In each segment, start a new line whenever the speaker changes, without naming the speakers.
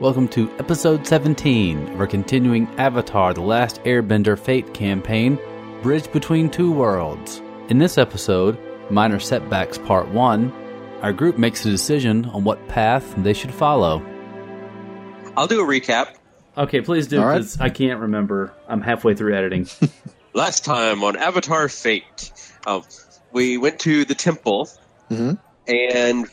Welcome to episode 17 of our continuing Avatar The Last Airbender Fate campaign, Bridge Between Two Worlds. In this episode, Minor Setbacks Part 1, our group makes a decision on what path they should follow.
I'll do a recap.
Okay, please do,
All right.
because I can't remember. I'm halfway through editing.
Last time on Avatar Fate, um, we went to the temple
Mhm.
and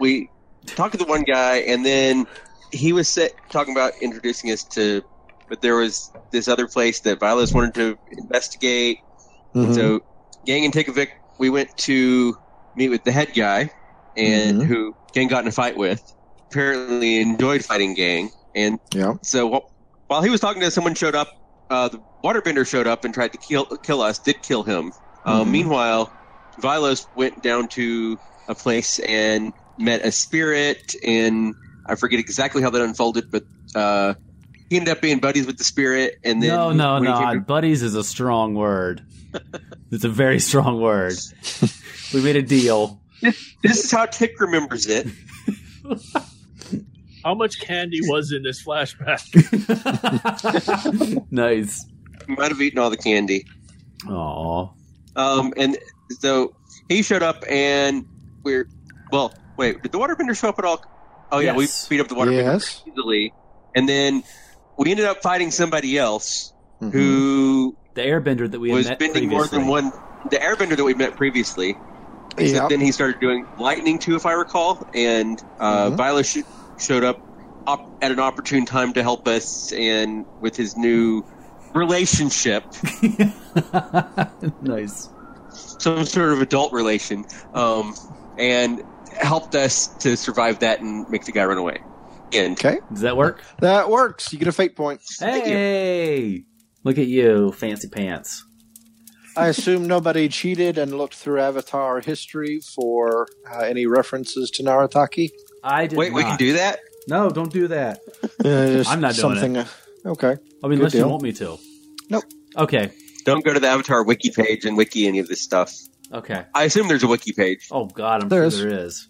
we talked to the one guy, and then he was sa- talking about introducing us to. But there was this other place that Vilas wanted to investigate.
Mhm.
Mm-hmm. So, Gang and Tikovic, we went to meet with the head guy, and
Mhm.
who Gang got in a fight with. Apparently, enjoyed fighting Gang, and
yeah.
So wh- while he was talking to us, someone showed up. Uh, the waterbender showed up and tried to kill kill us. Did kill him. Uh,
Mm-hmm.
Mhm.
Meanwhile, Vilos went down to a place and met a spirit, and I forget exactly how that unfolded, but uh, he ended up being buddies with the spirit. And then
no, no,
when he
no. uh,
came to-
Buddies is a strong word. it's a very strong word. we made a deal.
this is how Tick remembers it.
How much candy was in this flashback?
nice.
Might have eaten all the candy.
Aw.
Um, and so he showed up, and we're well. Wait, did the waterbender show up at all? Oh yeah,
Yes.
we beat up the waterbender.
Yes.
easily. And then we ended up fighting somebody else
Mhm.
who
The airbender that Mm-hmm. we had
was
met
bending more
previously.
than one. The airbender that we met previously.
Yeah.
Except then he started doing lightning too, if I recall. And uh,
Mhm.
Viola sh- showed up op- at an opportune time to help us and with his new relationship,
nice.
some sort of adult relation, um, and helped us to survive that and make the guy run away. And
Okay.
Does that work?
That works. You get a fate point.
Thank you.
Hey! Look at you, fancy pants.
I assume nobody cheated and looked through Avatar history for uh, any references to Narataki.
I did
wait,
not.
we can do that.
No, don't do that.
Uh, just
I'm not doing
something. uh, okay.
I mean,
Good
unless you
deal.
want me to.
Nope.
Okay.
Don't go to the Avatar wiki page and wiki any of this stuff.
Okay.
I assume there's a wiki page.
Oh God, I'm
There is.
sure there is.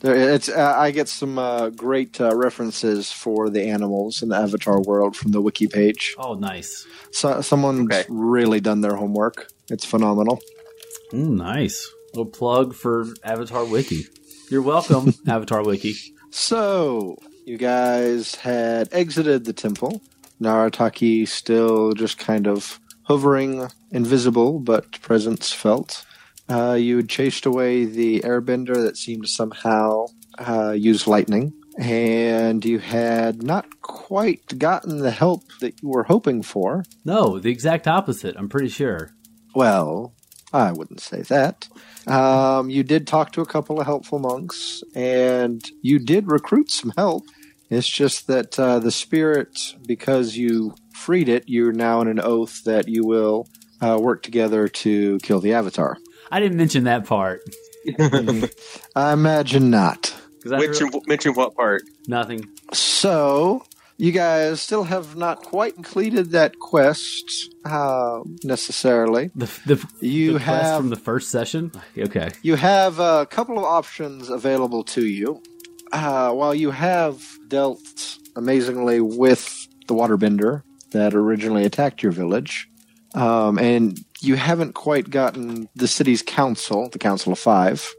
There- It's uh, I get some uh, great uh, references for the animals in the Avatar world from the wiki page.
Oh, nice.
So, someone's
Okay.
really done their homework. It's phenomenal.
Mm, nice. A plug for Avatar Wiki. You're welcome, Avatar Wiki.
So, you guys had exited the temple. Narataki still just kind of hovering, invisible, but presence felt. Uh, you had chased away the airbender that seemed to somehow uh, use lightning, and you had not quite gotten the help that you were hoping for.
No, the exact opposite. I'm pretty sure.
Well, I wouldn't say that. Um, you did talk to a couple of helpful monks, and you did recruit some help. It's just that uh, the spirit, because you freed it, you're now in an oath that you will uh, work together to kill the avatar.
I didn't mention that part
I imagine not.
'cause I
Which
re-
mention what part?
nothing.
So, you guys still have not quite completed that quest uh, necessarily.
The the,
You
the quest
have
from the first session. Okay.
You have a couple of options available to you. Uh, while you have dealt amazingly with the waterbender that originally attacked your village, um, and you haven't quite gotten the city's council, the Council of Five,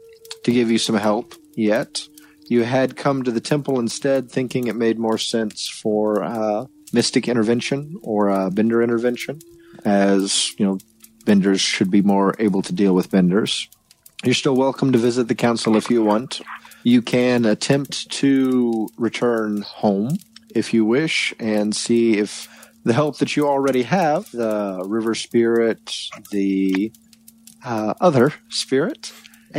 to give you some help yet. You had come to the temple instead, thinking it made more sense for uh, mystic intervention or uh, bender intervention, as you know, benders should be more able to deal with benders. You're still welcome to visit the council if you want. You can attempt to return home if you wish and see if the help that you already have the river spirit, the uh, other spirit,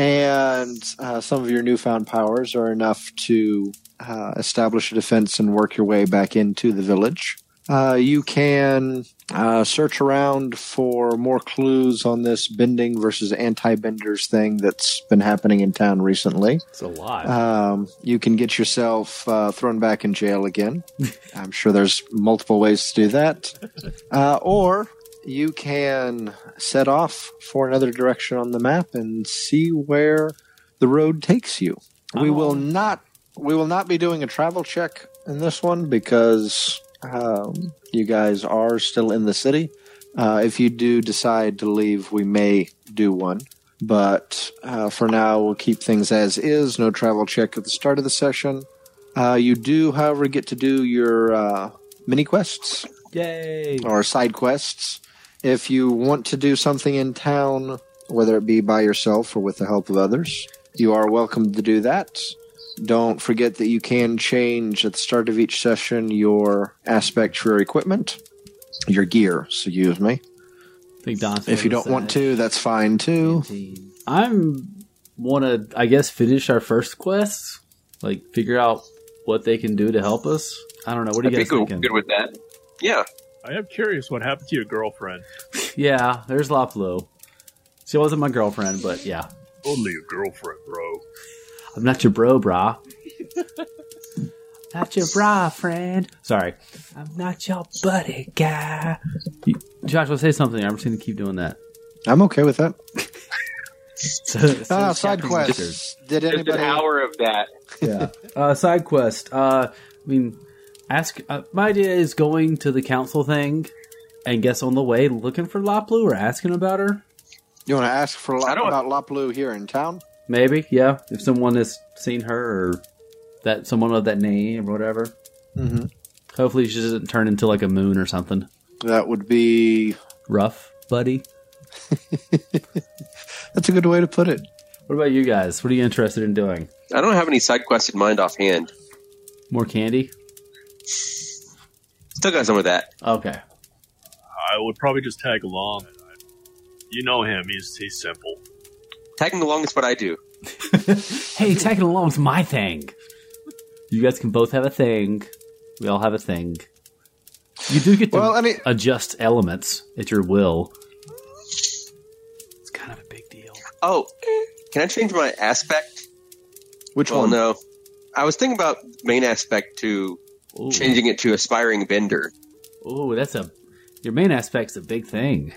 and uh, some of your newfound powers are enough to uh, establish a defense and work your way back into the village. Uh, you can uh, search around for more clues on this bending versus anti-benders thing that's been happening in town recently.
It's a lot.
Um, you can get yourself uh, thrown back in jail again. I'm sure there's multiple ways to do that. Uh, or you can set off for another direction on the map and see where the road takes you. We
Oh.
will not we will not be doing a travel check in this one because um, you guys are still in the city. Uh, if you do decide to leave, we may do one. But uh, for now, we'll keep things as is. No travel check at the start of the session. Uh, you do, however, get to do your uh, mini quests
Yay!
or side quests. If you want to do something in town, whether it be by yourself or with the help of others, you are welcome to do that. Don't forget that you can change at the start of each session your aspect for your equipment, your gear, excuse me.
Big dinosaur.
If you don't want to, that's fine too.
I'm want to. I guess finish our first quest. Like figure out what they can do to help us. I don't know. What are
I
you guys
think we're
thinking?
good with that. Yeah,
I am curious what happened to your girlfriend.
Yeah, there's Loplo. She wasn't my girlfriend, but yeah,
Only your girlfriend, bro.
I'm not your bro, brah. not your bra, friend. Sorry, I'm not your buddy, guy. You- Joshua, say something. I'm just gonna keep doing that.
I'm okay with that.
So- so
Ah, side
Captain Richards.
quests. Did
Just an
anybody?
hour of that.
yeah. Uh, side quest. Uh, I mean, ask. Uh, my idea is going to the council thing, and guess on the way looking for Loplu or asking about her.
You want to ask for
I don't-
about Loplu here in town?
Maybe, yeah. If someone has seen her or that someone of that name or whatever.
Mm-hmm.
Hopefully, she doesn't turn into like a moon or something
That would be.
rough, buddy.
That's a good way to put it.
What about you guys? What are you interested in doing?
I don't have any side quests in mind offhand.
More candy?
Still got some of that.
Okay.
I would probably just tag along. You know him. He's he's simple.
Tagging along is what I do.
Hey, tagging along's my thing. You guys can both have a thing. We all have a thing. You do get to
Well, I mean,
adjust elements at your will. It's kind of a big deal.
Oh, can I change my aspect?
which
Well,
one?
no. I was thinking about main aspect to
Ooh.
changing it to aspiring bender.
Ooh, that's a your main aspect's a big thing.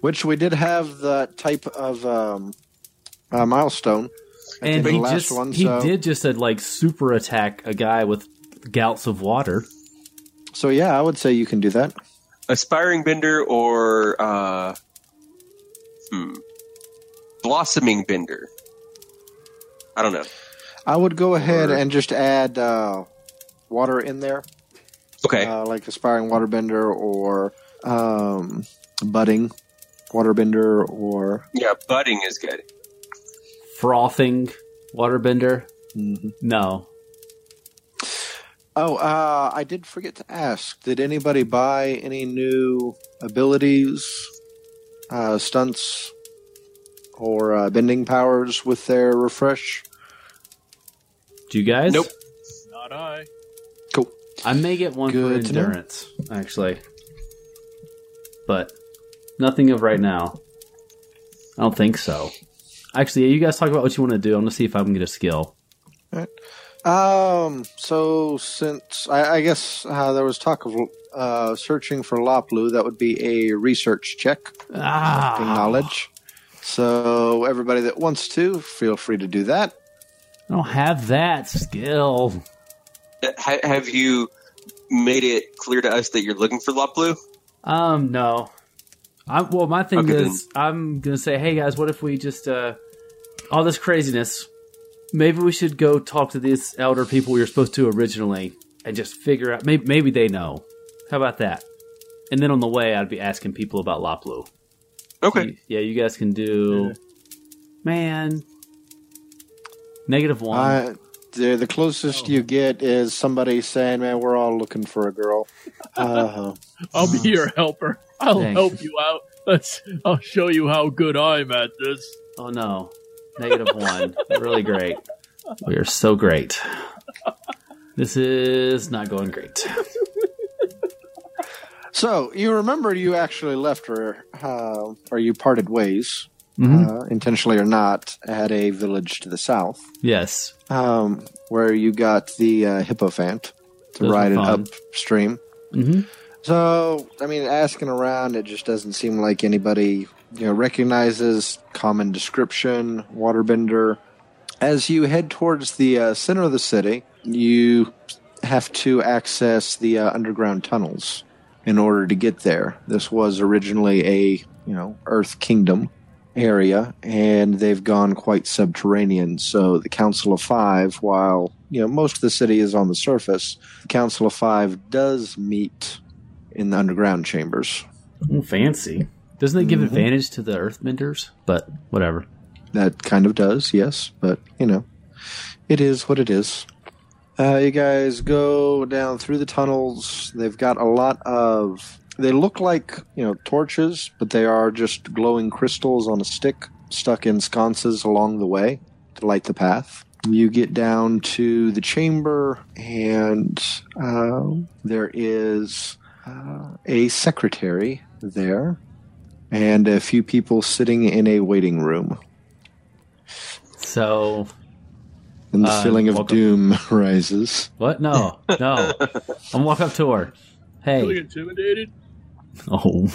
Which we did have the type of um, uh, milestone. I
And
think
he
the last
just
one,
he
so-
did just a, like super attack a guy with gouts of water.
So yeah, I would say you can do that.
Aspiring bender or uh, hmm, blossoming bender. I don't know.
I would go ahead
Or-
and just add uh, water in there,
Okay,
uh, like aspiring waterbender or um, budding waterbender or
yeah, budding is good.
Frothing waterbender. No.
mm-hmm. Oh, uh, I did forget to ask. Did anybody buy any new abilities, uh, stunts, or uh, bending powers with their refresh?
Do you guys?
Nope.
Not I.
I may get one
Good
for
to know.
endurance, actually. But nothing of right now. I don't think so. Actually, you guys talk about what you want to do. I'm going to see if I can get a skill.
Um. So since I, I guess uh, there was talk of uh, searching for Loplu, that would be a research check for
Ah,
knowledge. So everybody that wants to, feel free to do that.
I don't have that skill.
Ha- have you made it clear to us that you're looking for Loplu?
Um, no. I, well, my thing
Okay,
is, I'm going to say, hey guys, what if we just, uh, all this craziness, maybe we should go talk to these elder people we were supposed to originally and just figure out, maybe, maybe they know. How about that? And then on the way, I'd be asking people about Loplu.
Okay,
You- yeah, you guys can do, man, negative one. Oh.
Uh, the, the closest you get is somebody saying, "Man, we're all looking for a girl." Uh,
I'll be your helper. I'll
Thanks.
help you out. Let's. I'll show you how good I'm at this.
Oh no. Negative one. really great. We are so great. This is not going great.
so you remember you actually left her, uh, or you parted ways
Mm-hmm.
uh, intentionally or not, at a village to the south.
Yes.
um, where you got the uh, hippophant to
Those were
ride it
fun.
upstream.
Mm-hmm.
So, I mean, asking around, it just doesn't seem like anybody you know recognizes common description waterbender. As you head towards the uh, center of the city, you have to access the uh, underground tunnels in order to get there. This was originally a you know Earth Kingdom area, and they've gone quite subterranean. So the Council of Five, while you know most of the city is on the surface, the Council of Five does meet in the underground chambers.
Ooh, fancy.
Doesn't it give
Mm-hmm.
Mhm.
advantage to the Earthbenders? But whatever.
That kind of does, yes, but you know, it is what it is. Uh, you guys go down through the tunnels. They've got a lot of. They look like you know torches, but they are just glowing crystals on a stick stuck in sconces along the way to light the path. You get down to the chamber, and uh, there is uh, a secretary there, and a few people sitting in a waiting room.
So
And the
Uh,
feeling of
welcome.
doom rises.
what? No, no. I'm walk up to her.
Really
Hey.
intimidated?
Oh,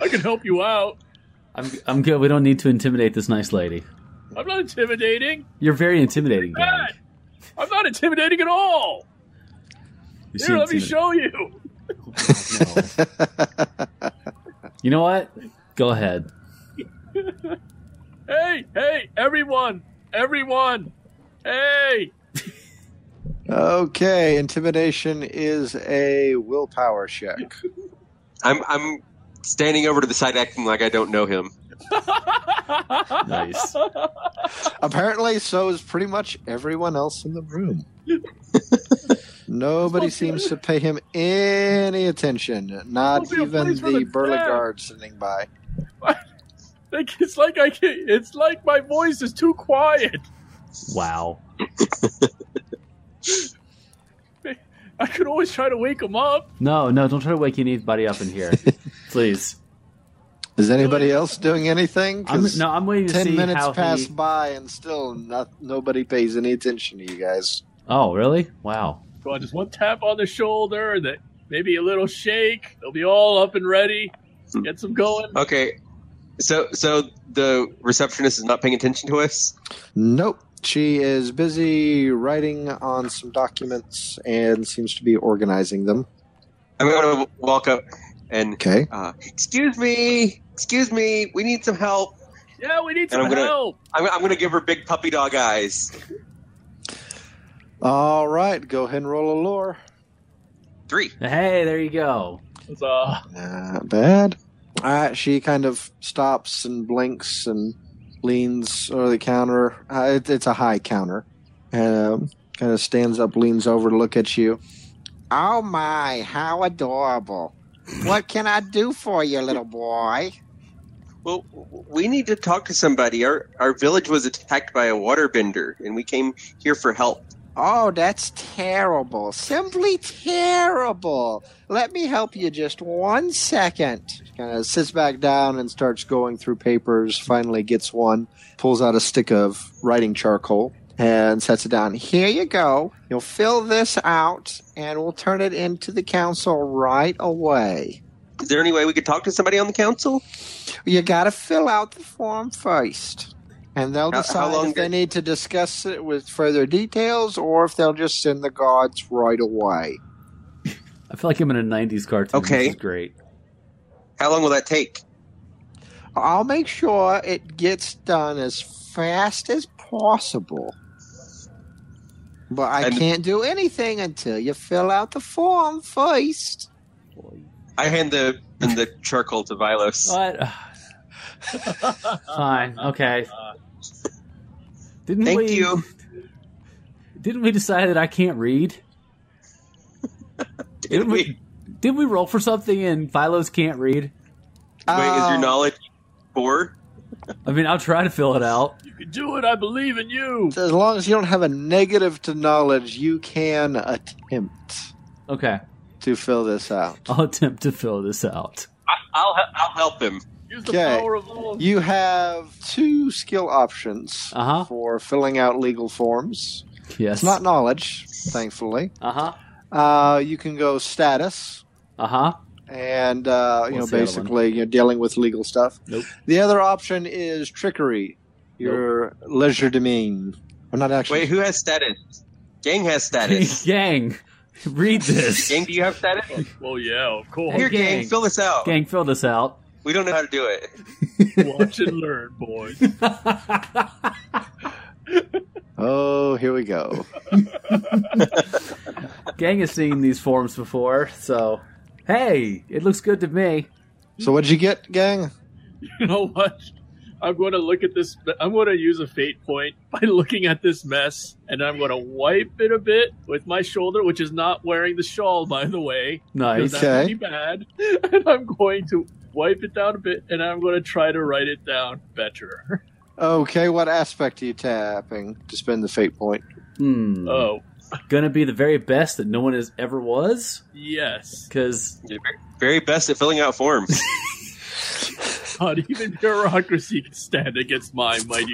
I can help you out.
I'm I'm good. We don't need to intimidate this nice lady.
I'm not intimidating.
You're very intimidating,
Bad.
Gag.
I'm not intimidating at all.
You
Here, let me
intimidating.
show you.
No. you know what? Go ahead.
Hey, hey, everyone, everyone. Hey,
Okay, intimidation is a willpower check.
I'm I'm standing over to the side, acting like I don't know him.
Nice.
Apparently, so is pretty much everyone else in the room. Nobody seems to pay him any attention, not
Must be a
even
place for
the
the
burly
dead.
guard sitting by.
Like, it's like I can It's like my voice is too quiet.
Wow.
I could always try to wake him up.
No, no. Don't try to wake anybody up in here, please.
Is anybody else doing anything?
I'm,
'Cause
no, I'm waiting to
ten
see
minutes
how
pass
he.
by and still not, nobody pays any attention to you guys.
Oh, really? Wow.
Go on, just one tap on the shoulder, and then maybe a little shake. They'll be all up and ready. Get some going.
Okay, so so the receptionist is not paying attention to us.
Nope. She is busy writing on some documents and seems to be organizing them.
I'm going to walk up and
Okay.
uh, excuse me, excuse me, we need some help.
Yeah, we need
And
some
I'm gonna-
help.
I'm, I'm going to give her big puppy dog eyes.
All right. Go ahead and roll a lore.
Three.
Hey, there you go.
It's, uh,
Not bad. All right. She kind of stops and blinks and leans over the counter. Uh, it, it's a high counter. Um, kind of stands up, leans over to look at you. Oh my! How adorable! What can I do for you, little boy?
Well, we need to talk to somebody. Our our village was attacked by a waterbender, and we came here for help.
Oh, that's terrible. Simply terrible. Let me help you just one second. Kind of sits back down and starts going through papers, finally gets one, pulls out a stick of writing charcoal, and sets it down. Here you go. You'll fill this out, and we'll turn it into the council right away.
Is there any way we could talk to somebody on the council?
You got to fill out the form first. And they'll
How- how
decide
long
if they
did-
need to discuss it with further details or if they'll just send the guards right away.
I feel like I'm in a '90s cartoon. this
Okay.
is great.
How long will that take?
I'll make sure it gets done as fast as possible. But I
And-
can't do anything until you fill out the form first.
I hand the and the charcoal to Vilos.
What? Fine. Okay. Didn't
Thank
we,
you.
Didn't we decide that I can't read?
Did we?
Didn't we roll for something and Philos can't read?
Wait, is your
Um,
knowledge four?
I mean, I'll try to fill it out.
You can do it. I believe in you.
As long as you don't have a negative to knowledge, you can attempt
Okay.
to fill this out.
I'll attempt to fill this out.
I'll he- I'll help him.
Use the
Okay.
power of love.
You have two skill options
Uh-huh.
for filling out legal forms.
Yes.
It's not knowledge, thankfully.
Uh huh.
Uh, you can go status,
Uh huh.
and uh, you know
What's the other one?
basically you're dealing with legal stuff.
Nope.
The other option is trickery, your leisure domain. I'm not actually.
Wait, who has status? Gang has status.
Gang, read this.
gang, do you have status?
Well, yeah, of course.
Here, gang,
gang.
fill this out.
Gang, fill this out.
We don't know how to do it.
Watch and learn, boys.
Oh, here we go.
Gang has seen these forms before, so hey, it looks good to me.
So what'd you get, gang?
You know what? I'm going to look at this. I'm going to use a fate point by looking at this mess, and I'm going to wipe it a bit with my shoulder, which is not wearing the shawl, by the way.
Nice.
Because that's
Okay.
pretty bad. And I'm going to wipe it down a bit, and I'm going to try to write it down better.
Okay, what aspect are you tapping to spend the fate point?
Hmm.
Oh,
Gonna be the very best that no one has ever was,
yes.
because
You're very- very best at filling out forms.
Not even bureaucracy can stand against my mighty.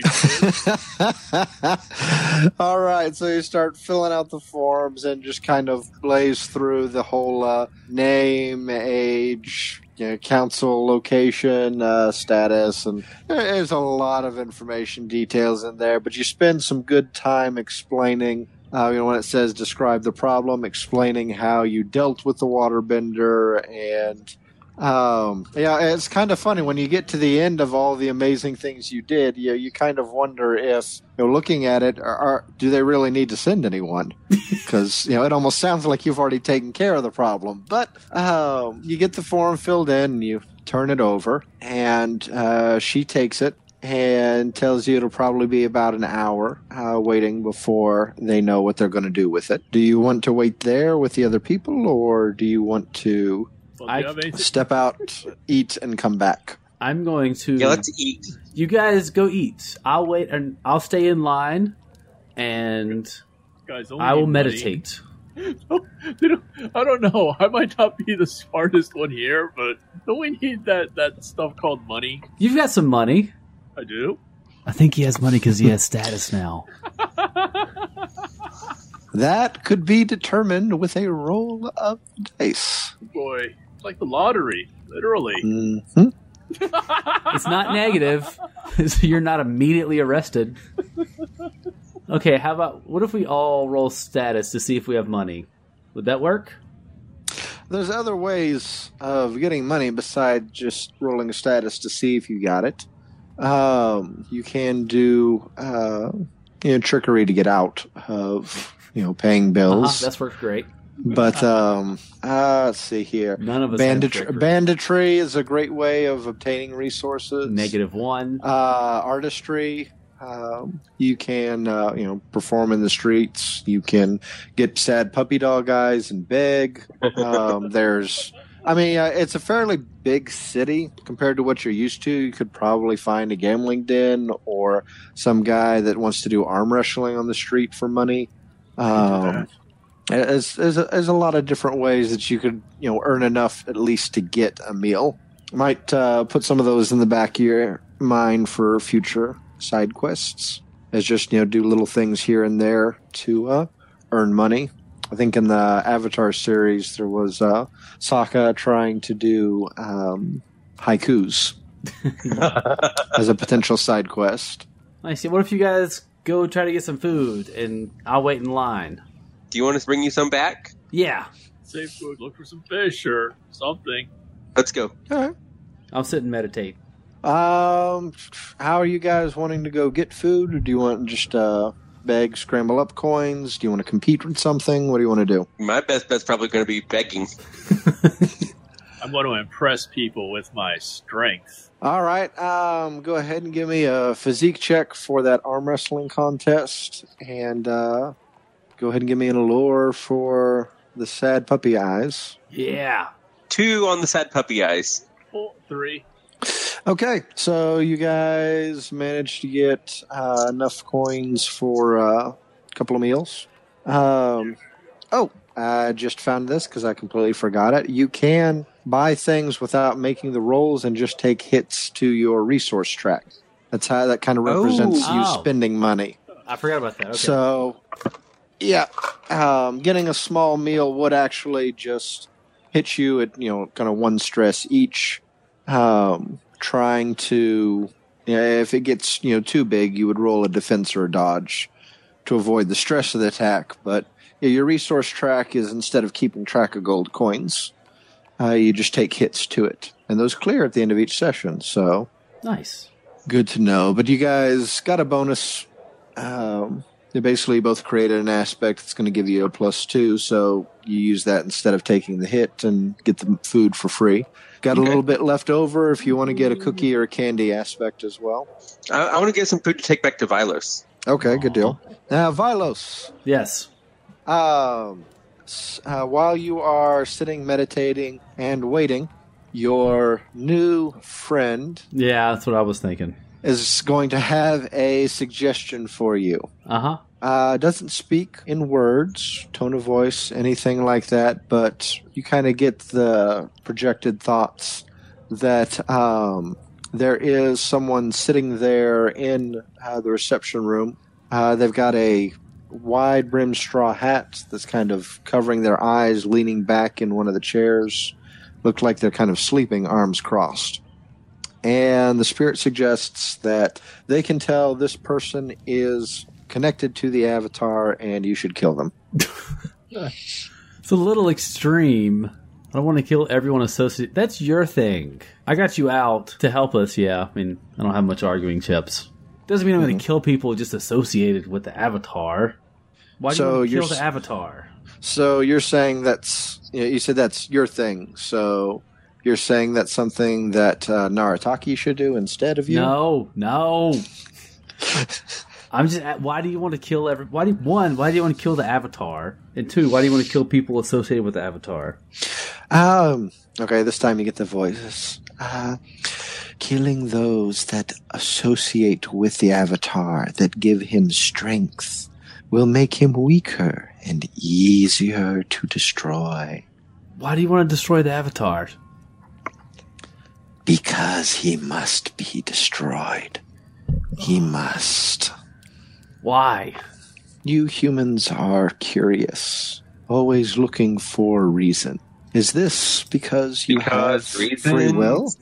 All right, so you start filling out the forms and just kind of blaze through the whole uh, name, age, you know, council, location, uh, status, and there's a lot of information details in there. But you spend some good time explaining. Uh, you know, when it says describe the problem, explaining how you dealt with the waterbender and um, yeah, it's kind of funny when you get to the end of all the amazing things you did. You you kind of wonder if you know, looking at it, are, are, do they really need to send anyone? Because you know it almost sounds like you've already taken care of the problem. But um, you get the form filled in, and you turn it over, and uh, she takes it and tells you it'll probably be about an hour uh, waiting before they know what they're going to do with it. Do you want to wait there with the other people, or do you want to?
Well, do
I-
you have anything?
step out, eat, and come back.
I'm going to.
yeah, let's eat.
you guys go eat. I'll wait and I'll stay in line, and
Guys, don't
I will
leave, buddy.
meditate.
You know, I don't know. I might not be the smartest one here, but don't we need that, that stuff called money?
You've got some money.
I do.
I think he has money because he has status now.
That could be determined with a roll of dice.
Boy, it's like the lottery, literally.
hmm
It's not negative, so you're not immediately arrested. Okay, how about what if we all roll status to see if we have money? Would that work?
There's other ways of getting money besides just rolling a status to see if you got it. Um, you can do uh, you know, trickery to get out of you know paying
Uh-huh,
bills,
that's worked great.
but um, uh, let's see here.
None of us have
Banditry,
trickery.
banditry is a great way of obtaining resources.
negative one.
uh, artistry. Um, you can uh, you know perform in the streets. You can get sad puppy dog eyes and beg. Um, there's, I mean, uh, it's a fairly big city compared to what you're used to. You could probably find a gambling den or some guy that wants to do arm wrestling on the street for money. Um, there's, there's, a, there's a lot of different ways that you could you know earn enough at least to get a meal. Might uh, put some of those in the back of your mind for future side quests. As just you know, do little things here and there to uh, earn money. I think in the Avatar series there was uh, Sokka trying to do um, haikus as a potential side quest.
I see. What if you guys go try to get some food and I'll wait in line?
Do you want us to bring you some back?
Yeah,
Save food, look for some fish or something.
Let's go.
I'll sit and meditate.
Um, how are you guys wanting to go get food? Or do you want just uh, beg, scramble up coins? Do you want to compete with something? What do you want to do?
My best bet's probably going to be begging.
I'm going to impress people with my strength.
All right. Um, go ahead and give me a physique check for that arm wrestling contest, and uh, go ahead and give me an allure for the sad puppy eyes.
Yeah.
Two on the sad puppy eyes.
Four, three.
Okay, so you guys managed to get uh, enough coins for uh, a couple of meals. Um, oh, I just found this because I completely forgot it. You can buy things without making the rolls and just take hits to your resource track. That's how that kind of represents you
Oh.
spending money.
I forgot about that. Okay.
So, yeah, um, getting a small meal would actually just hit you at you know kind of one stress each. Um, trying to, you know, if it gets you know too big, you would roll a defense or a dodge. to avoid the stress of the attack. But yeah, your resource track is instead of keeping track of gold coins, uh, you just take hits to it, and those clear at the end of each session. So
Nice.
good to know. But you guys got a bonus. Um, they basically both created an aspect that's going to give you a plus two, so you use that instead of taking the hit and get the food for free. Got a
Okay.
little bit left over if you want to get a cookie or a candy aspect as well.
I, I want to get some food to take back to Vilos.
Okay, good deal. Now, Vilos,
Yes.
um, s- uh, while you are sitting, meditating, and waiting, your new friend
Yeah, that's what I was thinking.
is going to have a suggestion for you.
Uh huh.
Uh, doesn't speak in words, tone of voice, anything like that, but you kind of get the projected thoughts that um, there is someone sitting there in uh, the reception room. Uh, they've got a wide brimmed straw hat that's kind of covering their eyes, leaning back in one of the chairs. Look like they're kind of sleeping, arms crossed. And the spirit suggests that they can tell this person is connected to the avatar and you should kill them.
It's a little extreme. I don't want to kill everyone associated. That's your thing. I got you out to help us. Yeah, I mean, I don't have much arguing chips. Doesn't mean I'm
Mm-hmm.
going to kill people just associated with the avatar. Why
So
do you
you're
want to kill
s-
the avatar?
So you're saying that's you, know, you said that's your thing. So you're saying that's something that uh, Narataki should do instead of you.
No, no. I'm just. at- Why do you want to kill every? Why do you, one? Why do you want to kill the avatar? And two, why do you want to kill people associated with the avatar?
Um. Okay. This time you get the voices. Uh, killing those that associate with the avatar that give him strength will make him weaker and easier to destroy
Why do you want to destroy the avatar?
because he must be destroyed. He must.
Why?
You humans are curious, always looking for reason. Is this because you
Because
have
reason.
free will?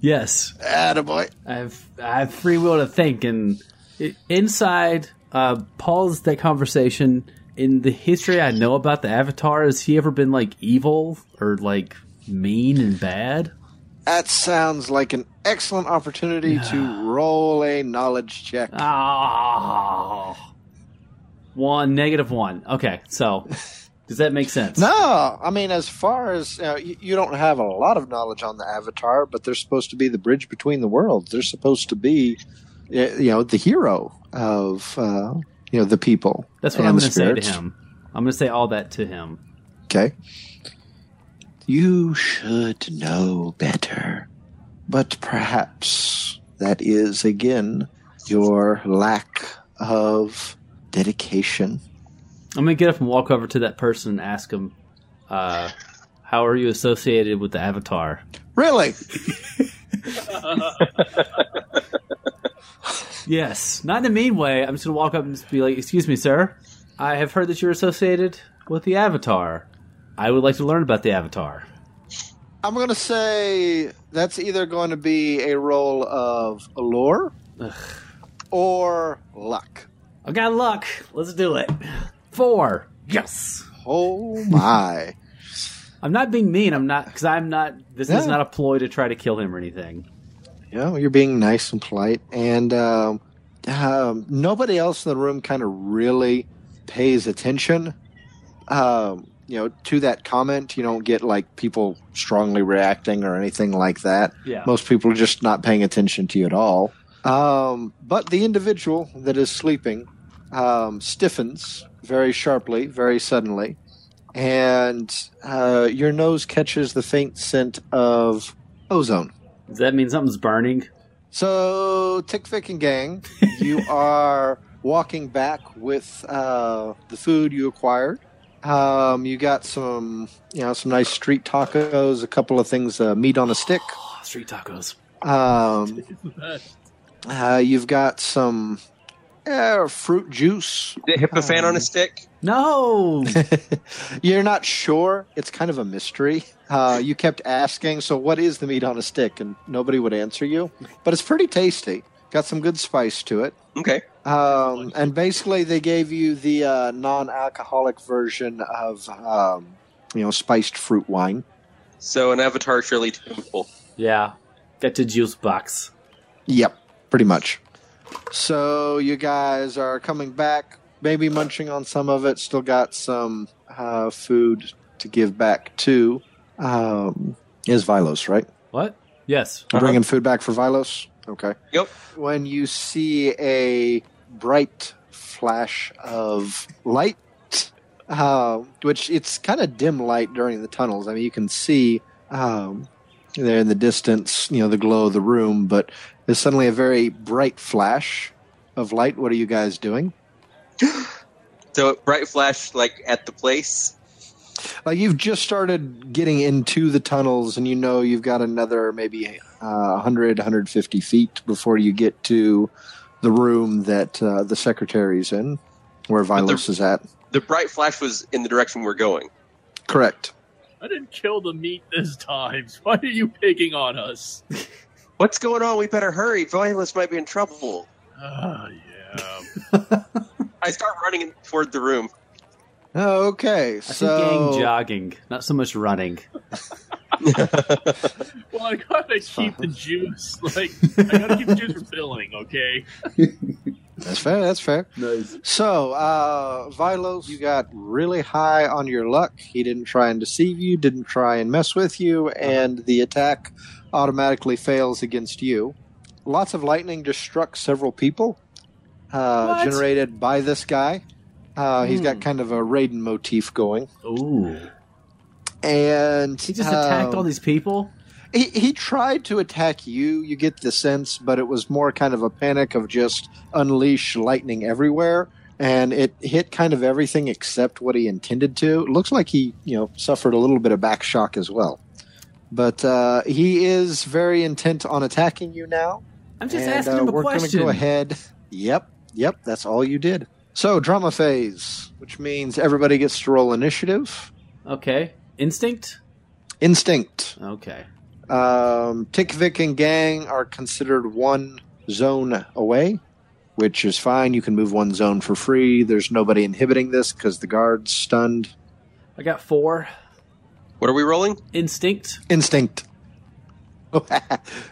Yes,
Attaboy.
I have I have free will to think, and i- inside uh, Paul's that conversation in the history I know about the Avatar, has he ever been like evil or like mean and bad?
That sounds like an excellent opportunity to roll a knowledge check.
Ah, one negative one. Okay, so does that make sense?
No, I mean, as far as uh, you, you don't have a lot of knowledge on the Avatar, but they're supposed to be the bridge between the worlds. They're supposed to be, uh, you know, the hero of, uh, you know, the people.
that's what
and
I'm
the
going to say to
spirits.
him. I'm going to say all that to him.
Okay. You should know better. But perhaps that is, again, your lack of dedication.
I'm going to get up and walk over to that person and ask him, uh, "How are you associated with the Avatar?"
Really?
Yes, not in a mean way. I'm just gonna walk up and just be like, "Excuse me, sir. I have heard that you're associated with the Avatar. I would like to learn about the Avatar."
I'm going to say that's either going to be a role of allure or luck.
I got luck. Let's do it. Four. Yes.
Oh my.
I'm not being mean. I'm not because I'm not. This is
No.
not a ploy to try to kill him or anything.
you know, you're being nice and polite, and um, um, nobody else in the room kind of really pays attention. Um, you know, to that comment, you don't get like people strongly reacting or anything like that.
Yeah.
Most people are just not paying attention to you at all. Um, but the individual that is sleeping um, stiffens very sharply, very suddenly, and uh, your nose catches the faint scent of ozone.
Does that mean something's burning?
So, Tick, Vic, and Gang, you are walking back with uh, the food you acquired. Um, you got some, you know, some nice street tacos, a couple of things, uh, meat on a stick.
Oh, street tacos.
Um,
Best.
uh, you've got some uh, fruit juice.
The hippofan on a stick.
No.
You're not sure; it's kind of a mystery. Uh, you kept asking, so what is the meat on a stick? And nobody would answer you. But it's pretty tasty. Got some good spice to it.
Okay.
Um, and basically, they gave you the uh, non-alcoholic version of um, you know spiced fruit wine.
So an Avatar Shirley Temple.
Yeah. Get the juice box.
Yep, pretty much. So you guys are coming back, maybe munching on some of it. Still got some uh, food to give back to. Um, is Vilos right?
What? Yes.
We're Bringing food back for Vilos. Okay.
Yep.
When you see a bright flash of light, uh, which it's kind of dim light during the tunnels. I mean, you can see um, there in the distance, you know, the glow of the room, but there's suddenly a very bright flash of light. What are you guys doing?
So bright flash like at the place.
Like you've just started getting into the tunnels, and you know you've got another maybe uh, 100, 150 feet before you get to the room that uh, the secretary's in, where
But the-
Vilos is at.
The bright flash was in the direction we're going.
Correct.
I didn't kill the meat this time. so Why are you picking on us?
What's going on? We better hurry. Violence might be in trouble.
Ah, yeah.
I start running in- toward the room.
Okay,
I
so
think gang jogging, not so much running.
Well, I gotta keep the juice. Like, I gotta keep the juice refilling, okay?
that's fair. That's fair.
Nice.
So, uh, Vilos, you got really high on your luck. He didn't try and deceive you, didn't try and mess with you,
Uh-huh.
and the attack automatically fails against you. Lots of lightning just struck several people, uh,
What? Hmm.
generated by this guy. Uh, He's got kind of a Raiden motif going,
Ooh.
and
He just attacked
um,
all these people?
He, he tried to attack you. You get the sense, but it was more kind of a panic of just unleash lightning everywhere, and it hit kind of everything except what he intended to. It looks like he, you know, suffered a little bit of back shock as well. But uh, he is very intent on attacking you now.
I'm just
and,
asking
uh,
him a
we're gonna
question.
go ahead. Yep, yep. That's all you did. So drama phase, which means everybody gets to roll initiative,
Okay. Instinct?
instinct.
Okay.
Um, Tick Vic and Gang are considered one zone away, which is fine. You can move one zone for free. There's nobody inhibiting this because the guard's stunned.
I got four.
What are we rolling?
Instinct?
Instinct.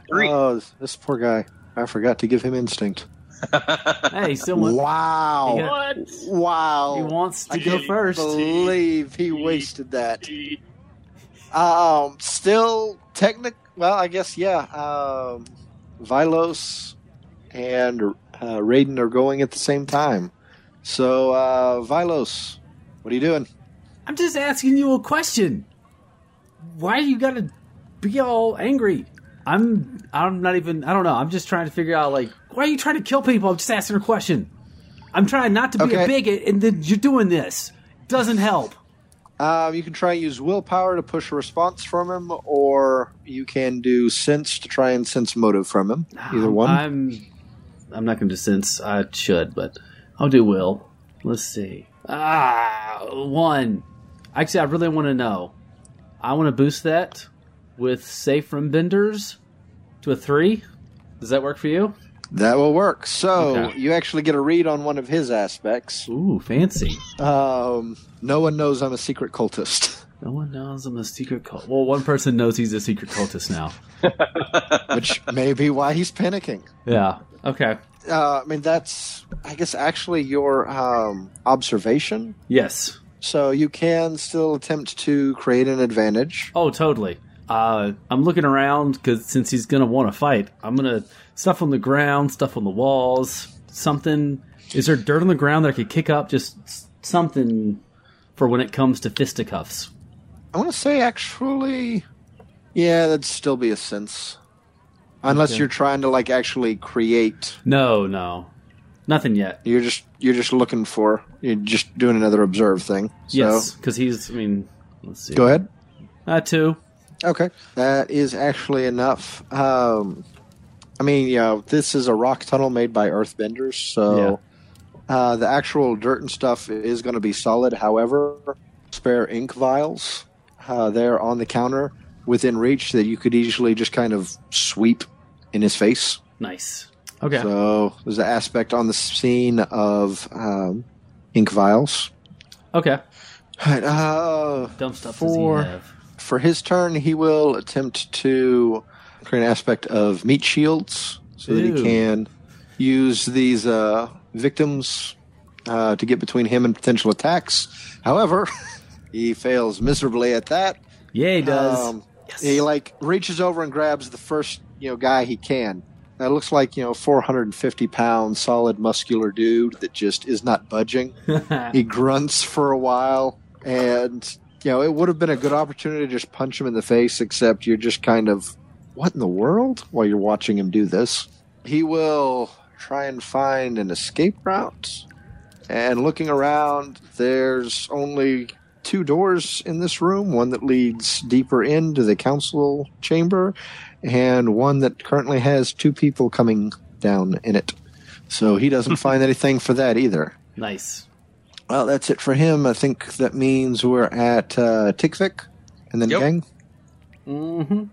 Three.
Oh, this poor guy. I forgot to give him instinct.
Hey, someone.
Wow.
Yeah.
What?
Wow.
He wants to
I
go
can't
first.
believe he wasted that. Um, still technic. Well, I guess yeah. Um, Vilos and uh, Raiden are going at the same time. So uh, Vilos, what are you doing?
I'm just asking you a question. Why you gotta be all angry? I'm I'm not even I don't know. I'm just trying to figure out like why are you trying to kill people? I'm just asking a question. I'm trying not to be
Okay.
a bigot, and then you're doing this. Doesn't help.
Um, you can try and use willpower to push a response from him, or you can do sense to try and sense motive from him. Either one.
Um, I'm I'm not going to sense. I should, but I'll do will. Let's see. Ah, one. Actually, I really want to know. I want to boost that with safe from benders to a three. Does that work for you?
that will work. So
Okay.
you actually get a read on one of his aspects.
Ooh, fancy.
Um, no one knows I'm a secret cultist,
No one knows I'm a secret cult. Well, one person knows he's a secret cultist now.
which may be why he's panicking.
Yeah. Okay.
uh, I mean, that's I guess actually your um, observation.
Yes.
So you can still attempt to create an advantage.
Oh, totally. Uh, I'm looking around because since he's gonna want to fight, I'm gonna stuff on the ground, stuff on the walls, something. Is there dirt on the ground that I could kick up? Just s- something for when it comes to fisticuffs.
I want to say actually, yeah, that'd still be a sense, unless
Okay.
you're trying to like actually create.
No, no, nothing yet.
You're just you're just looking for you're just doing another observe thing. So,
Yes, because he's. I mean, let's see.
Go ahead.
Uh, two.
Okay, that is actually enough. Um, I mean, you know, this is a rock tunnel made by Earthbenders, so uh, the actual dirt and stuff is going to be solid. However, spare ink vials uh, there on the counter within reach that you could easily just kind of sweep in his face.
Nice. Okay.
So there's an aspect on the scene of um, ink vials.
okay.
All right, uh,
Dumb stuff
Four.
does he have?
for his turn, he will attempt to create an aspect of meat shields so that
Ew.
he can use these uh, victims uh, to get between him and potential attacks. However, he fails miserably at that.
Yeah, he does.
Um, He like reaches over and grabs the first you know guy he can. That looks like you know 450 pound solid muscular dude that just is not budging. he grunts for a while, and you know it would have been a good opportunity to just punch him in the face. Except you're just kind of what in the world while you're watching him do this. He will try and find an escape route. And looking around, there's only two doors in this room one that leads deeper into the council chamber and one that currently has two people coming down in it so he doesn't find anything for that either
nice.
well that's it for him i think that means we're at uh, tikvik and then
Yep.
gang
hmm
all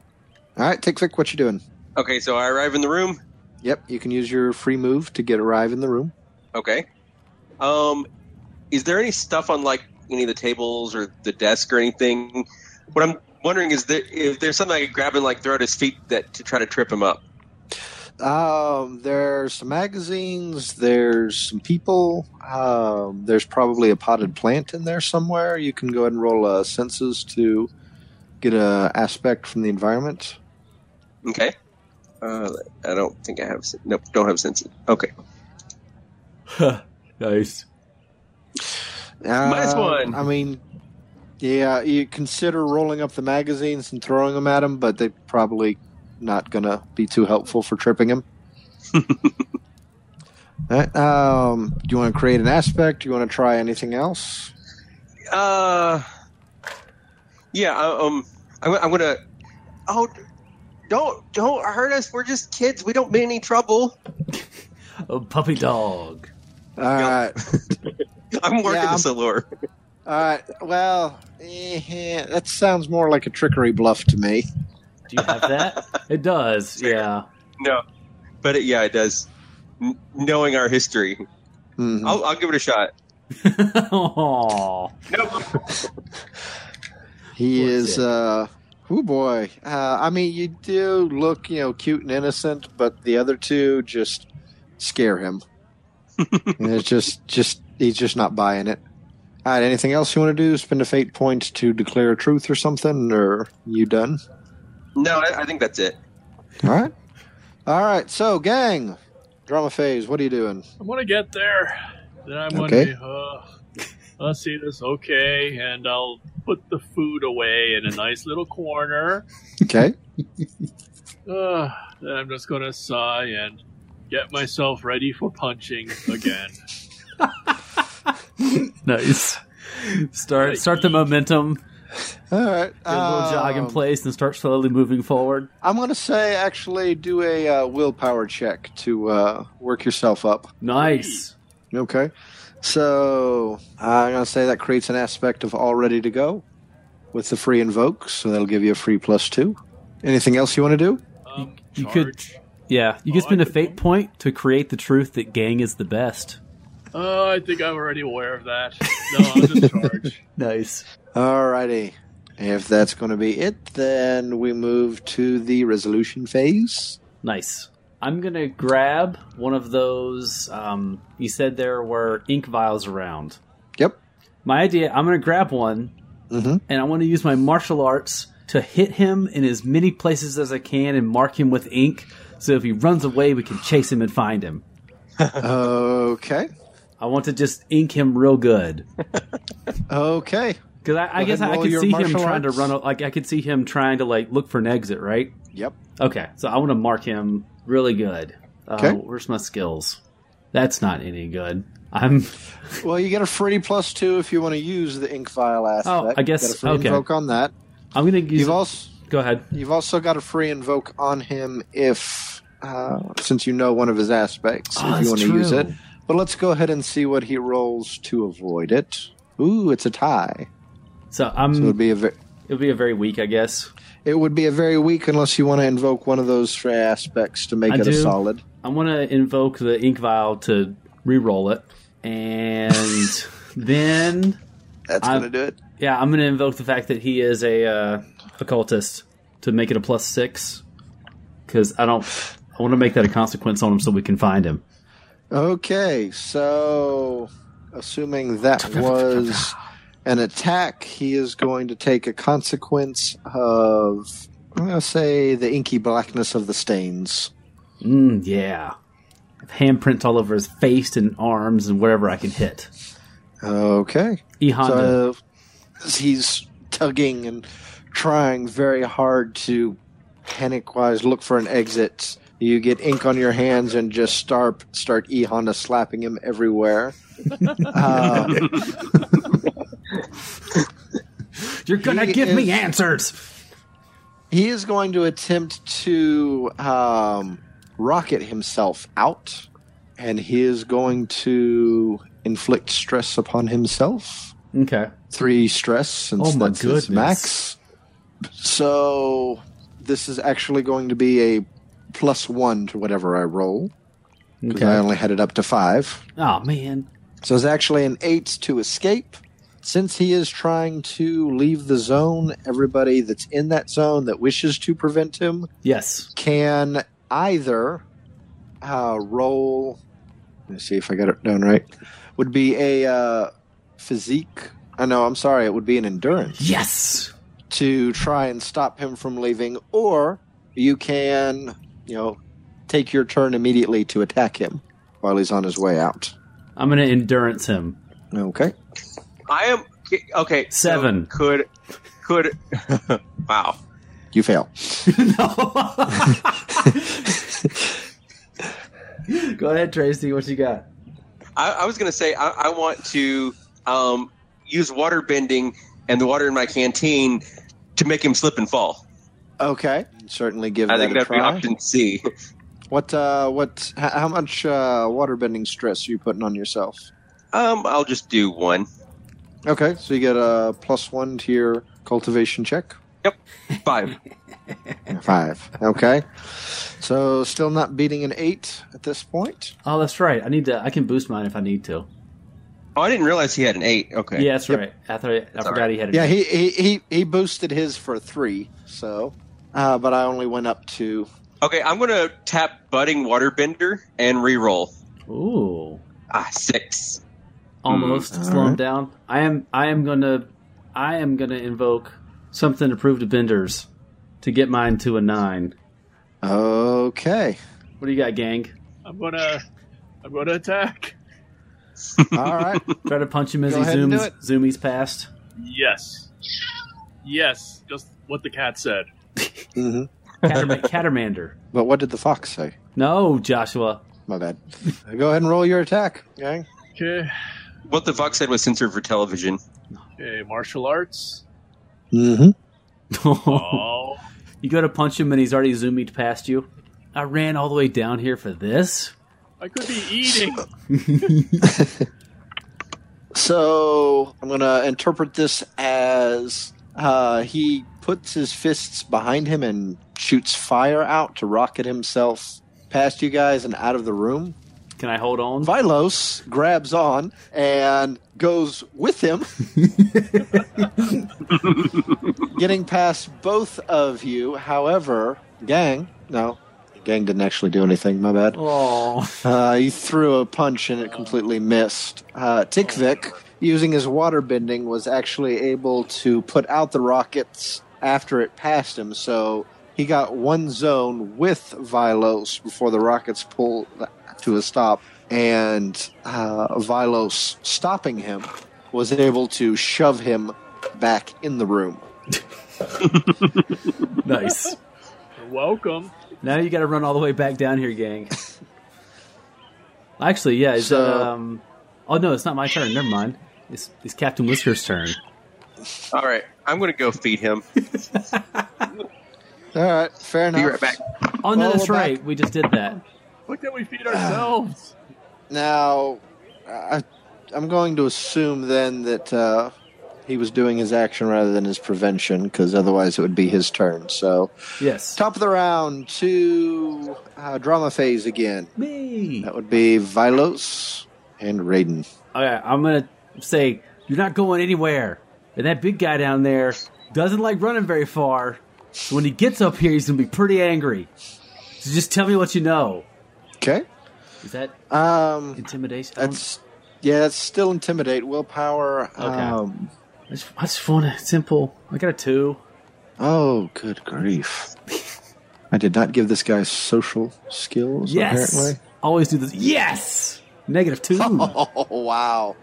right tikvik what you doing
Okay, so I arrive in the room.
yep you can use your free move to get arrive in the room
Okay. Um, is there any stuff on like any of the tables or the desk or anything? What I'm wondering is there if there's something I could grab and like throw at his feet that to try to trip him up.
Um, there's some magazines. There's some people. Um, there's probably a potted plant in there somewhere. You can go ahead and roll a census to get a aspect from the environment.
Okay. Uh, I don't think I have. sen- Nope, don't have sense. Okay,
Nice.
Minus
Um,
one.
I mean, yeah, you consider rolling up the magazines and throwing them at him, but they're probably not gonna be too helpful for tripping him. All right, um, do you want to create an aspect? Do you want to try anything else?
Uh, yeah. I, um, I'm, I'm gonna. Oh, don't don't hurt us. We're just kids. We don't mean any trouble.
Oh, puppy dog.
All right.
I'm working
Yeah,
this a lure.
All right. Well, eh, eh, that sounds more like a trickery bluff to me.
Do you have that? it does.
Fair.
Yeah.
No, but it, yeah, it does. N- knowing our history,
Mhm.
I'll, I'll give it a shot.
Aw.
Nope.
He
Poor
is.
Dick.
Uh, oh boy. Uh, I mean, you do look, you know, cute and innocent, but the other two just scare him. and it's just, just he's just not buying it. All right. Anything else you want to do? Spend a fate point to declare a truth or something, or you done?
No, I, I think that's it.
All right. All right. So, gang, drama phase. What are you doing?
I want to get there. Then I want
Okay.
to. I'll uh, see this. Okay, and I'll put the food away in a nice little corner.
Okay.
Uh, then I'm just gonna sigh and get myself ready for punching again.
Nice. Start start the momentum. Oh.
All right.
Get a little jog in
um,
place and start slowly moving forward.
I'm going to say actually do a uh, willpower check to uh, work yourself up.
Nice.
Okay. So I'm going to say that creates an aspect of all ready to go with the free invoke. So that'll give you a free plus two. Anything else you want to do?
Um,
You could-
charge.
Yeah, you can
Oh, I
spend a
could-
fate point to create the truth that gang is the best.
Oh, I think I'm already aware of that. No, I'll just charge.
Nice.
Alrighty. If that's going to be it, then we move to the resolution phase.
Nice. I'm gonna grab one of those. Um, you said there were ink vials around.
Yep.
My idea. I'm gonna grab one
Mm-hmm.
and I want to use my martial arts to hit him in as many places as I can and mark him with ink. So if he runs away, we can chase him and find him.
okay.
I want to just ink him real good
Okay.
because I, I
Go
guess
ahead and
I
roll
could
your
see him
martial
trying to
arts.
run. a- Like I could see him trying to like look for an exit, right?
Yep.
Okay, so I want to mark him really good. Uh,
Okay.
Where's my skills? That's not any good. I'm
Well, you get a free plus two if you want to use the ink vial aspect.
Oh, I guess-
Get a free
okay.
invoke on that.
I'm gonna use.
You've also
go ahead.
You've also got a free invoke on him if, uh, since you know one of his aspects,
Oh,
if you
that's
want to use
true.
it. But let's go ahead and see what he rolls to avoid it. Ooh, it's a tie.
So I'm.
So it would be a ve-
it'll be a very weak, I guess.
it would be a very weak unless you want to invoke one of those three aspects to make
I
it a
do.
solid.
I want to invoke the ink vial to re-roll it, and then
That's
I-
going to do it.
yeah, I'm going to invoke the fact that he is a uh, occultist to make it a plus six because I don't. I want to make that a consequence on him so we can find him.
Okay, so assuming that was an attack, he is going to take a consequence of, I'm going to say, the inky blackness of the stains.
Mm, yeah, handprints all over his face and arms and wherever I can hit.
Okay.
E Honda.
So as he's tugging and trying very hard to panic wise look for an exit. You get ink on your hands and just start start E Honda slapping him everywhere. uh,
You're gonna
he
give me
is-
answers.
he is going to attempt to um, rocket himself out, and he is going to inflict stress upon himself.
Okay.
three stress since
Oh my
that's his
goodness.
max. So this is actually going to be a plus one to whatever I roll because I
Okay.
only had it up to five.
Oh man.
So it's actually an eight to escape. Since he is trying to leave the zone, everybody that's in that zone that wishes to prevent him
Yes.
can either uh, roll. Let me see if I got it down right. Would be a uh, physique. I know. I'm sorry. It would be an endurance
Yes.
to try and stop him from leaving, or you can, you know, take your turn immediately to attack him while he's on his way out.
I'm gonna endurance him.
Okay.
I am okay. so
Seven.
could could wow.
You fail.
no. Go ahead, Tracy. What you got?
I, I was gonna say I, I want to um, use water bending and the water in my canteen to make him slip and fall.
Okay. Certainly give
I
that
think
a
that'd be
try.
option C.
What? Uh, what? h- How much uh, waterbending stress are you putting on yourself?
Um, I'll just do one.
Okay. So you get a plus one to your cultivation check.
Five.
Five. Okay. So still not beating an eight at this point.
Oh, that's right. I need to. I can boost mine if I need to.
Oh, I didn't realize he had an eight. Okay.
Yeah, that's
Yep.
right. I, thought, I forgot he had. A,
Yeah, he he he, he boosted his for three. So, uh, but I only went up to.
Okay, I'm gonna tap budding waterbender and re-roll.
Ooh.
Ah, six.
Almost
Hmm.
slow him
Alright.
down. I am. I am gonna. I am gonna invoke something to prove to Benders to get mine to a nine.
Okay.
What do you got, gang?
I'm gonna, I'm gonna attack.
All right.
Try to punch him as
Go
he
ahead and do
zooms
it.
zoomies past.
Yes, yes, just what the cat said.
hmm
Caterma- Catermander.
But what did the fox say?
No, Joshua.
My bad. Go ahead and roll your attack, gang.
Okay,
What the fuck said was censored for television.
okay, martial arts.
Mm-hmm.
Oh,
You go to punch him and he's already zoomed past you. I ran all the way down here for this.
I could be eating.
So I'm gonna interpret this as uh, he puts his fists behind him and shoots fire out to rocket himself past you guys and out of the room.
Can I hold on?
Vilos grabs on and goes with him, getting past both of you. However, Gang, no, Gang didn't actually do anything. My bad.
Oh,
Uh, he threw a punch and it completely missed. Uh, Tikvik, using his water bending, was actually able to put out the rockets after it passed him. So he got one zone with Vilos before the rockets pulled to a stop, and uh, Vilos stopping him was able to shove him back in the room.
nice.
You're welcome.
Now you got to run all the way back down here, gang. Actually, yeah. It's,
So-
um, oh no, it's not my turn. Never mind. It's, it's Captain Whisker's turn.
All right, I'm gonna go feed him.
All right, fair enough.
Be right back.
Oh no,
Well,
that's
we're back.
right. We just did that.
What can we feed ourselves?
Now, I, I'm going to assume then that uh, He was doing his action rather than his prevention because otherwise it would be his turn. So,
Yes.
top of the round to uh, drama phase again.
me.
That would be Vilos and Raiden.
Okay, I'm gonna say you're not going anywhere. And that big guy down there doesn't like running very far. So when he gets up here, he's gonna be pretty angry. So just tell me what you know.
Okay.
Is that
Um,
intimidation? I don't-
that's yeah. That's still intimidate. Willpower. Um,
I just, I just want to simple. I got a two.
oh, good grief! I did not give this guy social skills.
Yes.
Apparently.
Always do this. Yes. Negative two.
Oh wow!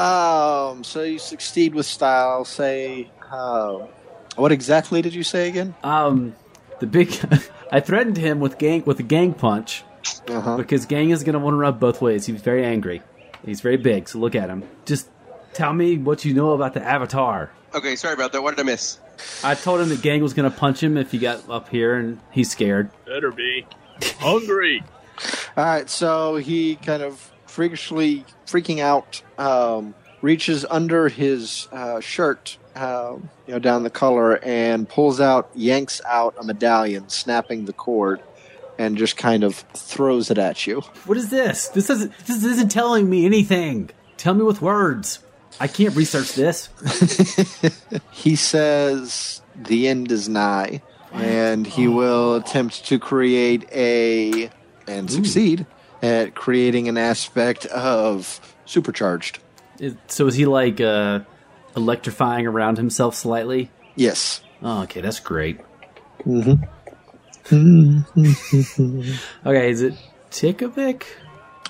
Um, so you succeed with style. Say, um, what exactly did you say again?
Um, the big. I threatened him with gang with a gang punch
Uh huh.
because gang is gonna want to rub both ways. He's very angry. He's very big. So look at him. Just tell me what you know about the avatar.
Okay, sorry about that. What did I miss?
I told him that gang was gonna punch him if he got up here, and he's scared.
Better be hungry.
All right. So he kind of freakishly freaking out. Um, reaches under his uh, shirt, um, you know, down the collar, and pulls out, yanks out a medallion, snapping the cord, and just kind of throws it at you.
What is this? This doesn't. This isn't telling me anything. Tell me with words. I can't research this.
He says the end is nigh, and he will attempt to create a and succeed at creating an aspect of supercharged.
Is- So is he like uh, electrifying around himself slightly?
Yes.
Oh, okay, that's great. Okay, is it Tikovic?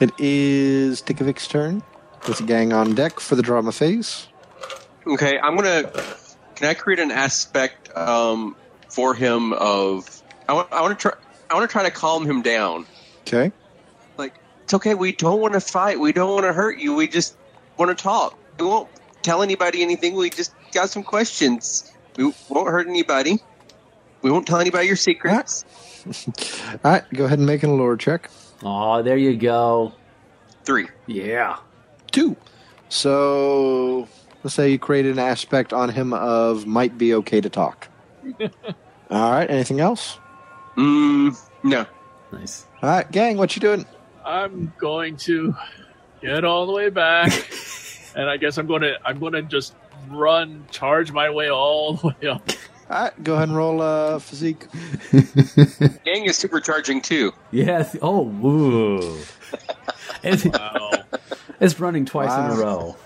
It is Tikovic's turn with the gang on deck for the drama phase.
Okay, I'm gonna. Can I create an aspect um, for him of? I want. I want to try. I want to try to calm him down.
Okay.
Like it's okay. We don't want to fight. We don't want to hurt you. We just want to talk. We won't tell anybody anything. We just got some questions. We won't hurt anybody. We won't tell anybody your secrets.
All right, go ahead and make an allure check.
Oh, there you go.
Three.
Yeah.
Two. So let's say you created an aspect on him of might be okay to talk. All right, anything else?
Mm, no.
Nice.
All right, gang, what you doing?
I'm going to get all the way back, and I guess I'm going to I'm going to just run, charge my way all the way up.
All right, go ahead and roll uh, physique.
Gang is supercharging too.
Yes. Oh, woo. it's,
Wow.
it's running twice in
Wow.
a row.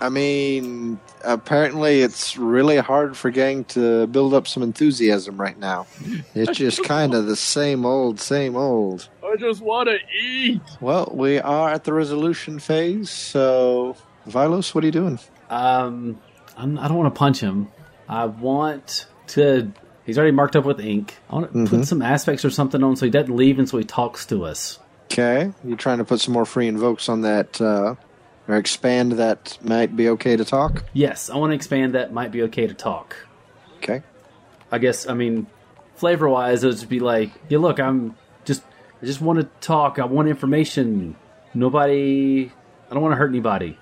I mean, apparently it's really hard for Gang to build up some enthusiasm right now. It's just kind of the same old, same old.
I just want to eat.
Well, we are at the resolution phase, so Vilos, what are you doing?
Um, I'm, I don't want to punch him. I want to. He's already marked up with ink. I want to put some aspects or something on so he doesn't leave and so he talks to us.
Okay, you trying to put some more free invokes on that, uh, or expand that might be okay to talk?
Yes, I want to expand that. Might be okay to talk.
Okay.
I guess I mean flavor wise it would just be like, yeah, look, I'm just I just want to talk. I want information. Nobody, I don't want to hurt anybody.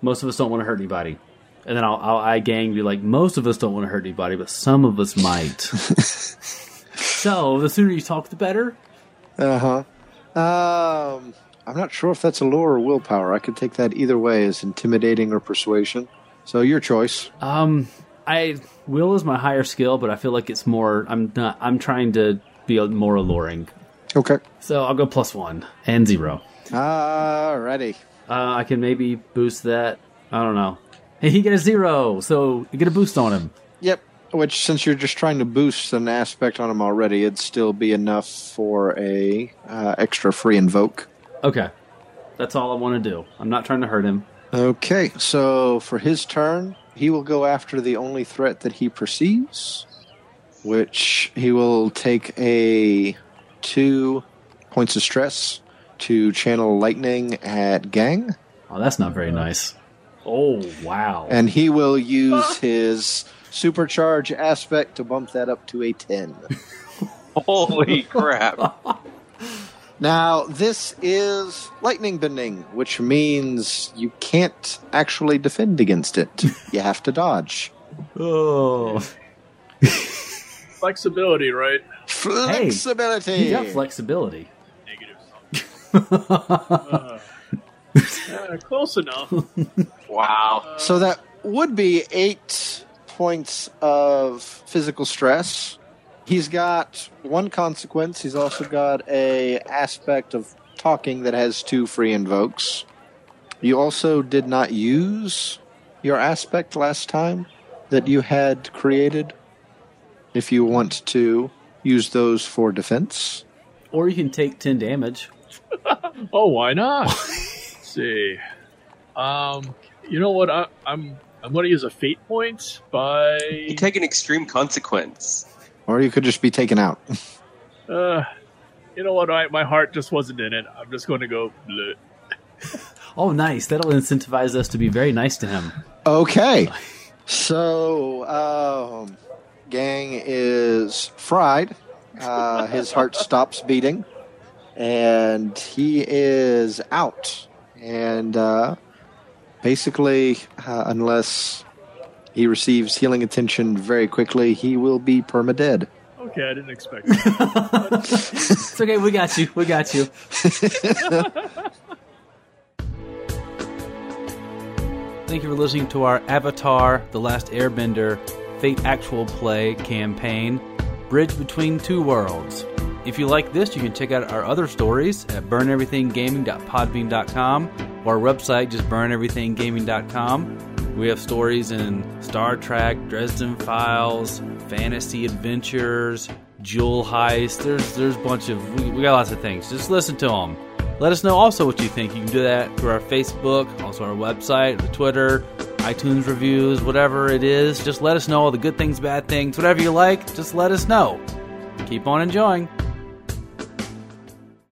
Most of us don't want to hurt anybody. And then I'll, I'll I gang be like, most of us don't want to hurt anybody, but some of us might. so the sooner you talk, the better.
Uh huh. Um, I'm not sure if that's a lure or willpower. I could take that either way as intimidating or persuasion. So your choice.
Um, I will is my higher skill, but I feel like it's more. I'm not. I'm trying to be more alluring.
Okay.
So I'll go plus one and zero.
Alrighty.
Uh, I can maybe boost that. I don't know. Hey, he got a zero, so you get a boost on him.
Yep. Which, since you're just trying to boost an aspect on him already, it'd still be enough for a uh, extra free invoke.
Okay, that's all I want to do. I'm not trying to hurt him.
Okay. So for his turn, he will go after the only threat that he perceives, which he will take a two points of stress to channel lightning at gang.
Oh, that's not very nice. Oh wow.
and he will use his supercharge aspect to bump that up to a 10.
Holy crap!
Now, this is lightning bending, which means you can't actually defend against it. you have to dodge.
Oh,
Flexibility, right?
Flexibility.
you got flexibility.
Negative.
All
Uh, uh, close enough.
Wow.
Uh,
so that would be eight points of physical stress. He's got one consequence. He's also got a aspect of talking that has two free invokes. You also did not use your aspect last time that you had created. If you want to use those for defense.
or you can take ten damage.
Oh, why not? Let's see, um, you know what? I, I'm I'm going to use a fate point by.
You take an extreme consequence.
Or you could just be taken out.
Uh, you know what? I, my heart just wasn't in it. I'm just going to go. bleh.
Oh, nice. That'll incentivize us to be very nice to him.
Okay. So, um, Gang is fried. Uh, his heart stops beating. And he is out. And uh, basically, uh, unless he receives healing attention very quickly, he will be perma dead.
Okay, I didn't expect. That.
it's okay. We got you. We got you.
Thank you for listening to our Avatar The Last Airbender Fate Actual Play campaign, Bridge Between Two Worlds. If you like this, you can check out our other stories at burneverythinggaming.podbean.com or our website, just burneverythinggaming.com. We have stories in Star Trek, Dresden Files, Fantasy Adventures, Jewel Heist. There's, there's a bunch of, we, we got lots of things. Just listen to them. Let us know also what you think. You can do that through our Facebook, also our website, the Twitter, iTunes reviews, whatever it is. Just let us know all the good things, bad things, whatever you like. Just let us know. Keep on enjoying.